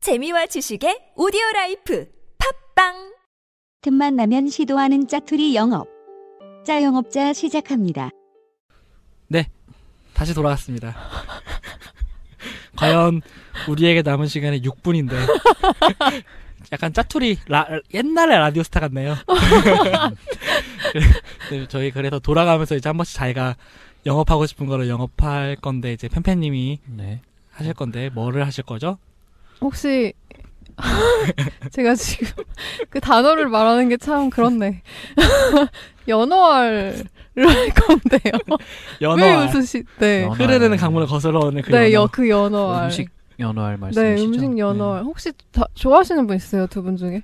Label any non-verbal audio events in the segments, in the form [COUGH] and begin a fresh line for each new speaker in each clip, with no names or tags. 재미와 지식의 오디오 라이프 팝빵
틈만 나면 시도하는 짜투리 영업. 짜영업자 시작합니다.
다시 돌아왔습니다. [LAUGHS] 과연 우리에게 남은 시간이 6분인데 [LAUGHS] 약간 짜투리 라, 옛날에 라디오 스타 같네요. [LAUGHS] 네, 저희 그래서 돌아가면서 이제 한 번씩 자기가 영업하고 싶은 거를 영업할 건데 이제 팬팬님이
네.
하실 건데 뭐를 하실 거죠?
혹시 [LAUGHS] 제가 지금 그 단어를 말하는 게 참 그렇네. [LAUGHS] 연어알을 할 건데요. 왜
연어
웃으시? 네,
연어알.
흐르는 강물을 거슬러 오는 그
네,
연어.
여, 그 연어알.
음식 연어알 말씀이시죠?
네, 음식 연어알. 혹시 다, 좋아하시는 분 있어요, 두 분 중에?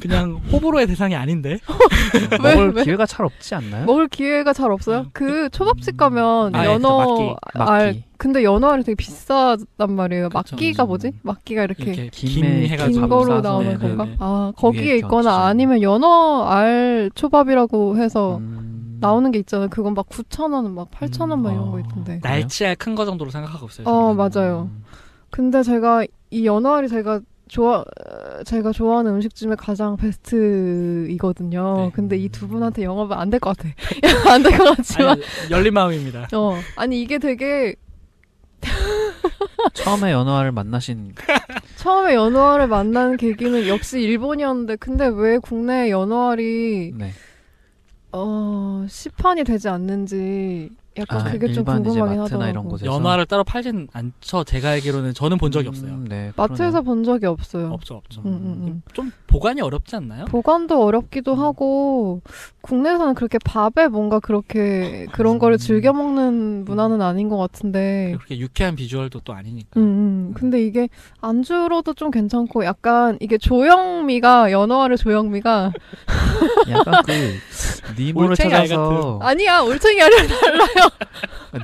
그냥 호불호의 대상이 아닌데
네.
왜-
먹을
왜?
기회가 잘 없지 않나요?
먹을 기회가 잘 없어요?
음,
그 초밥집 가면
아, 예,
연어알.
그 막기, 막기.
근데 연어알이 되게 비싸단 말이에요.
그쵸,
막기가
음.
뭐지? 막기가 이렇게
이렇게
김에
김 해가지고
긴 거로
싸서.
나오는
네, 네,
건가?
네.
아,
위에
거기에
얹혀서.
있거나 아니면 연어알 초밥이라고 해서
음.
나오는 게 있잖아요. 그건 막 9,000원, 막 8,000원 막
음,
이런 거
아.
있던데.
나-
날치알 큰 거 정도로 생각하고 있어요.
어,
저는. 음.
맞아요. 근데 제가 이 연어알이 제가 좋아 제가 좋아하는 음식 중에 가장 베스트이거든요.
네.
근데 이 두
음.
분한테 영업은 안 될 것 같아. [LAUGHS] 안 될 것 같지만.
아니, 열린 마음입니다.
어. 아니 이게 되게
처음에 연어알을 만나신
처음에 연어알을 만난 계기는 역시 일본이었는데 근데 왜 국내 연어알이
네.
어, 시판이 되지 않는지 약간
아,
그게 좀
일반 이제
궁금하긴
마트나
하더라고.
이런 곳에서
연화를 따로 팔진 않죠. 제가 알기로는 저는 본 적이
음,
없어요.
네.
마트에서 본 적이 없어요.
없죠, 없죠.
음, 음, 음.
좀 보관이 어렵지 않나요?
보관도 어렵기도 하고 국내에서는 그렇게 밥에 뭔가 그렇게 그런 거를 즐겨 먹는 문화는 아닌 것 같은데
그렇게 유쾌한 비주얼도 또 아니니까.
네. 음, 음. 근데 이게 안주로도 좀 괜찮고 약간 이게 조영미가 연어와를 조영미가
그러네요. 약간 그 니모를
올챙이 알
찾아서
음. 아니야 올챙이 아니라 달라요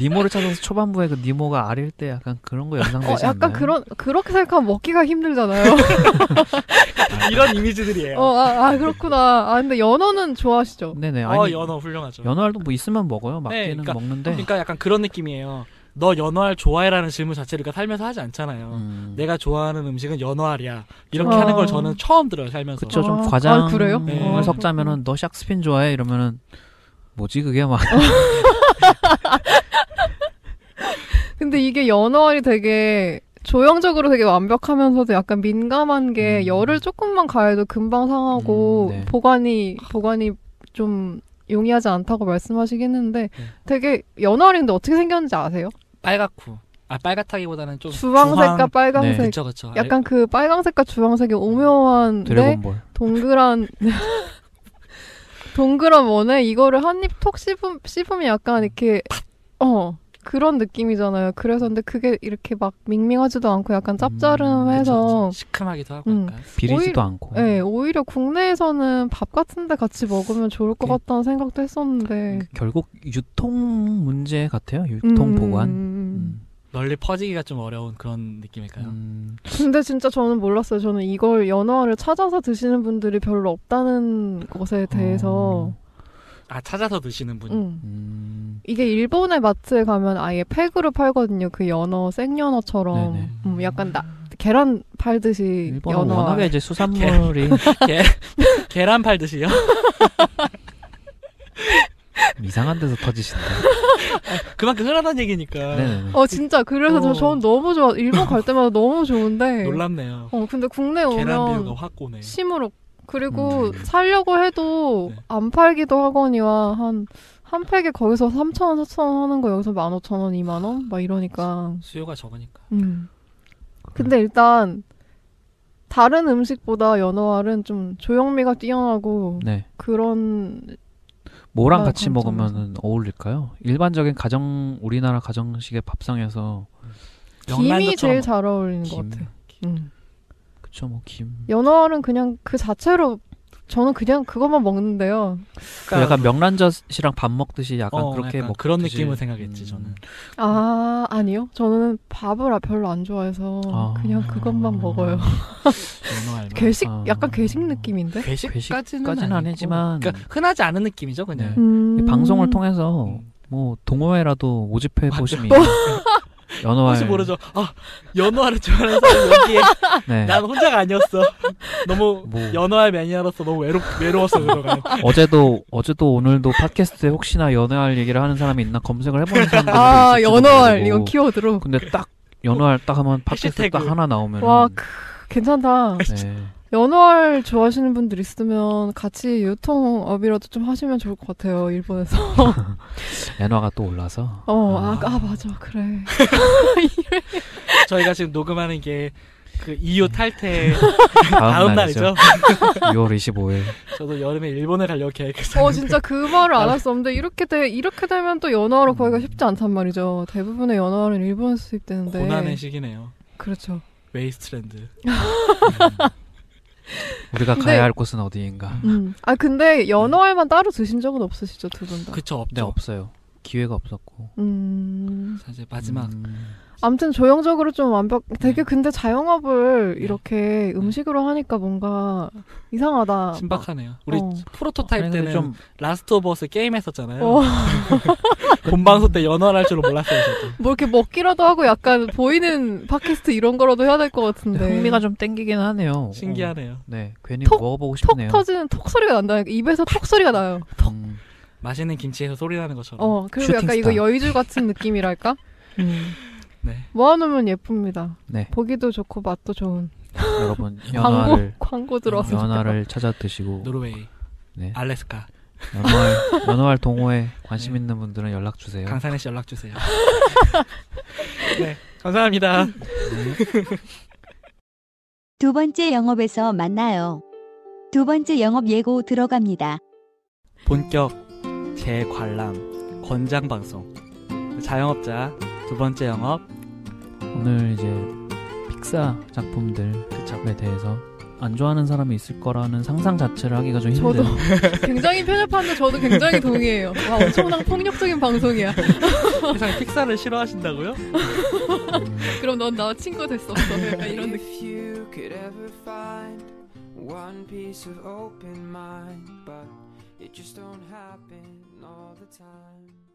니모를 찾아서 초반부에 그 니모가 아릴 때 약간 그런 거 연상되지
어, 약간
않나요?
그런 그렇게 생각하면
[LAUGHS]
먹기가 힘들잖아요
[LAUGHS] 이런
네.
이미지들이에요.
어, 아, 아, 그렇구나 아 근데 연어는 좋아하시죠
네네.
어,
아니
연어 훌륭하죠.
연어알도 뭐 있으면 먹어요. 막기는
그러니까-
먹는데.
그러니까 약간 그런 느낌이에요. 너 연어알 좋아해라는 질문 자체를 우리가 살면서 하지 않잖아요.
음.
내가 좋아하는 음식은 연어알이야. 이렇게
어.
하는 걸 저는 처음 들어요, 살면서.
그쵸 좀
아,
과장을
아, 음. 그래요?
네.
을 섞자면은 너 샥스핀 좋아해 이러면은 뭐지 그게 막
어, 네? 근데 이게 연어알이 되게 조형적으로 되게 완벽하면서도 약간 민감한 게
음.
열을 조금만 가해도 금방 상하고
음, 네.
보관이 보관이 좀 용이하지 않다고 말씀하시긴 했는데
네.
되게 연어알인데 어떻게 생겼는지 아세요?
빨갛고. 아, 빨갛다기보다는 좀.
주황색과
주황-
빨강색
네,
그쵸, 그쵸.
약간 그 빨강색과 주황색이 오묘한데
[LAUGHS] 드래곤볼
동그란 동그란 원에 이거를 한 입 톡 씹음 씹으면 약간 이렇게 어 그런 느낌이잖아요. 그래서 근데 그게 이렇게 막 밍밍하지도 않고 약간
알- 그쵸,
짭짜름해서
그쵸. 아, 네, 시큼하기도 하고
음.
약간.
비리지도 않고
예, 오히려 국내에서는 밥 같은데 같이 먹으면 좋을 것
네.
같다는 생각도 했었는데
결국 유통 문제 같아요 유통
음,
보관
음.
음.
널리 퍼지기가 좀 어려운 그런 느낌일까요?
음,
근데 진짜 저는 몰랐어요. 저는 이걸 연어를 찾아서 드시는 분들이 별로 없다는 것에 대해서
아, 찾아서 드시는 분.
음.
음,
이게 일본의 마트에 가면 아예 팩으로 팔거든요. 그 연어
네네.
생연어처럼 음, 약간 나, 계란 팔듯이
일본은
연어
워낙에 이제
[LAUGHS]
수산물이
계란 팔듯이요?
[LAUGHS]
[LAUGHS]
이상한 데서 터지신다
그만큼 흔하다는 얘기니까.
네네네
어 진짜 그래서
어.
저 저는 너무 좋아. 일본 갈 때마다 너무 좋은데.
놀랍네요.
어 근데 국내
계란 비유가
오면
확 오네.
심으로 그리고
음.
살려고 해도
네.
안 팔기도 하거니와 한 한 팩에 거기서 3,000원, 4,000원 하는 거 여기서 15,000원, 2만원? 막 이러니까.
수요가 적으니까.
음. 근데 일단 다른 음식보다 연어알은 좀 조형미가 뛰어나고
네
그런
뭐랑
아,
같이
감사합니다.
먹으면 어울릴까요 일반적인 가정 우리나라 가정식의 밥상에서
김이 제일
영란도처럼
잘 어울리는 것
김.
같아요. 음.
그쵸 뭐김
연어알은 그냥 그 자체로 저는 그냥 그것만 먹는데요.
그러니까
약간 명란젓이랑 밥 먹듯이 약간
어,
그렇게 뭐 음,
약간
먹
그런 느낌을 생각했지, 저는.
아 아니요, 저는 밥을 아- 별로 안 좋아해서
아.
그냥 그것만 먹어요.
연어알만.
괴식
아.
약간 괴식 느낌인데.
괴식까지는,
괴식까지는
아니고.
아니지만.
그러니까 흔하지 않은 느낌이죠, 그냥.
음.
네. 이 방송을 통해서
음.
뭐 동호회라도 모집해
맞아.
보시면 [LAUGHS] 연어와
혹시 모르죠. 아 연어를 좋아하는 사람 여기에
네.
난 혼자가 아니었어. [LAUGHS] 너무
뭐.
연어의 매니아로서 너무 외롭 외로웠어 그동안.
어제도 어제도 오늘도 팟캐스트에 혹시나 연어알 얘기를 하는 사람이 있나 검색을
[LAUGHS]
해보는 사람들
아, 연어알 이건 키워드로.
근데 딱 연어알 딱 하면 팟캐스트
해시태그.
딱 하나 나오면
와, 크, 괜찮다.
네.
연어알 좋아하시는 분들 있으면 같이 유통업이라도 좀 하시면 좋을 것 같아요. 일본에서. [LAUGHS]
연어가 또 올라서
어, 아, 아 맞아. 그래.
저희가 지금 녹음하는 게 그 EU 탈퇴
[LAUGHS] 다음,
[LAUGHS] 다음 날이죠.
6월 25일
저도 여름에 일본에 가려고 [LAUGHS] 계획했어요.
어 진짜 그 말을
아.
안 했었는데 이렇게 돼 이렇게 되면 또
음.
연어로 구하기가 쉽지 않단 말이죠. 대부분의 연어는 일본에서 수입되는데
고난의 시기네요.
그렇죠.
웨이스트랜드.
우리가
근데-
가야 할 곳은 어디인가?
음. 아 근데 연어알만 따로 드신 적은 없으시죠 두 분 다.
그쵸
네
없죠.
없어요. 기회가 없었고
음.
사실 마지막
음,
아무튼 조형적으로 좀 완벽. 되게
네.
근데 자영업을
네.
이렇게 음식으로 하니까 뭔가 이상하다.
아, 신박하네요. 우리
어.
프로토타입
아니, 근데
때는
좀
라스트 오브 어스 게임 했었잖아요.
어,
[LAUGHS] 본방송 때 연어를 할 줄은 몰랐어요. 저도.
뭐 이렇게 먹기라도 하고 약간 보이는 팟캐스트 이런 거라도 해야 될 것 같은데.
흥미가 좀 땡기긴 하네요. 어,
신기하네요.
네 괜히
네. 톡-
먹어보고
톡
싶네요.
터지는 톡 소리가 난다. 입에서 톡 소리가 나요.
음,
맛있는 김치에서 소리 나는 것처럼.
어, 그리고 약간
슈팅스타.
이거 여의주 같은 느낌이랄까?
네.
모아놓으면 예쁩니다.
네
[LAUGHS] 보기도 좋고 맛도 좋은.
여러분
광고
연어알을
광고 들어왔으면 좋겠다.
연어알을 찾아 드시고
노르웨이,
네.
알래스카,
연어알 연어알 동호회 관심
네.
있는 분들은 연락 주세요.
강산에 씨 연락 주세요. 네, 감사합니다.
두 번째 영업에서 만나요. 두 번째 영업 예고 들어갑니다.
본격 재관람 권장 방송 자영업자 두 번째 영업
오늘 이제 픽사 작품들에
그쵸
대해서 안 좋아하는 사람이 있을 거라는 상상 자체를 하기가 좀 [LAUGHS] 힘든.
저도 굉장히 편협한데 저도 굉장히 동의해요. 와 엄청난 폭력적인 방송이야.
세상에 픽사를 싫어하신다고요?
음,
그럼 넌 나와 친구가 됐었어. 약간 이런 느낌.
If you could ever find one piece of open mind, but it just don't happen all the time.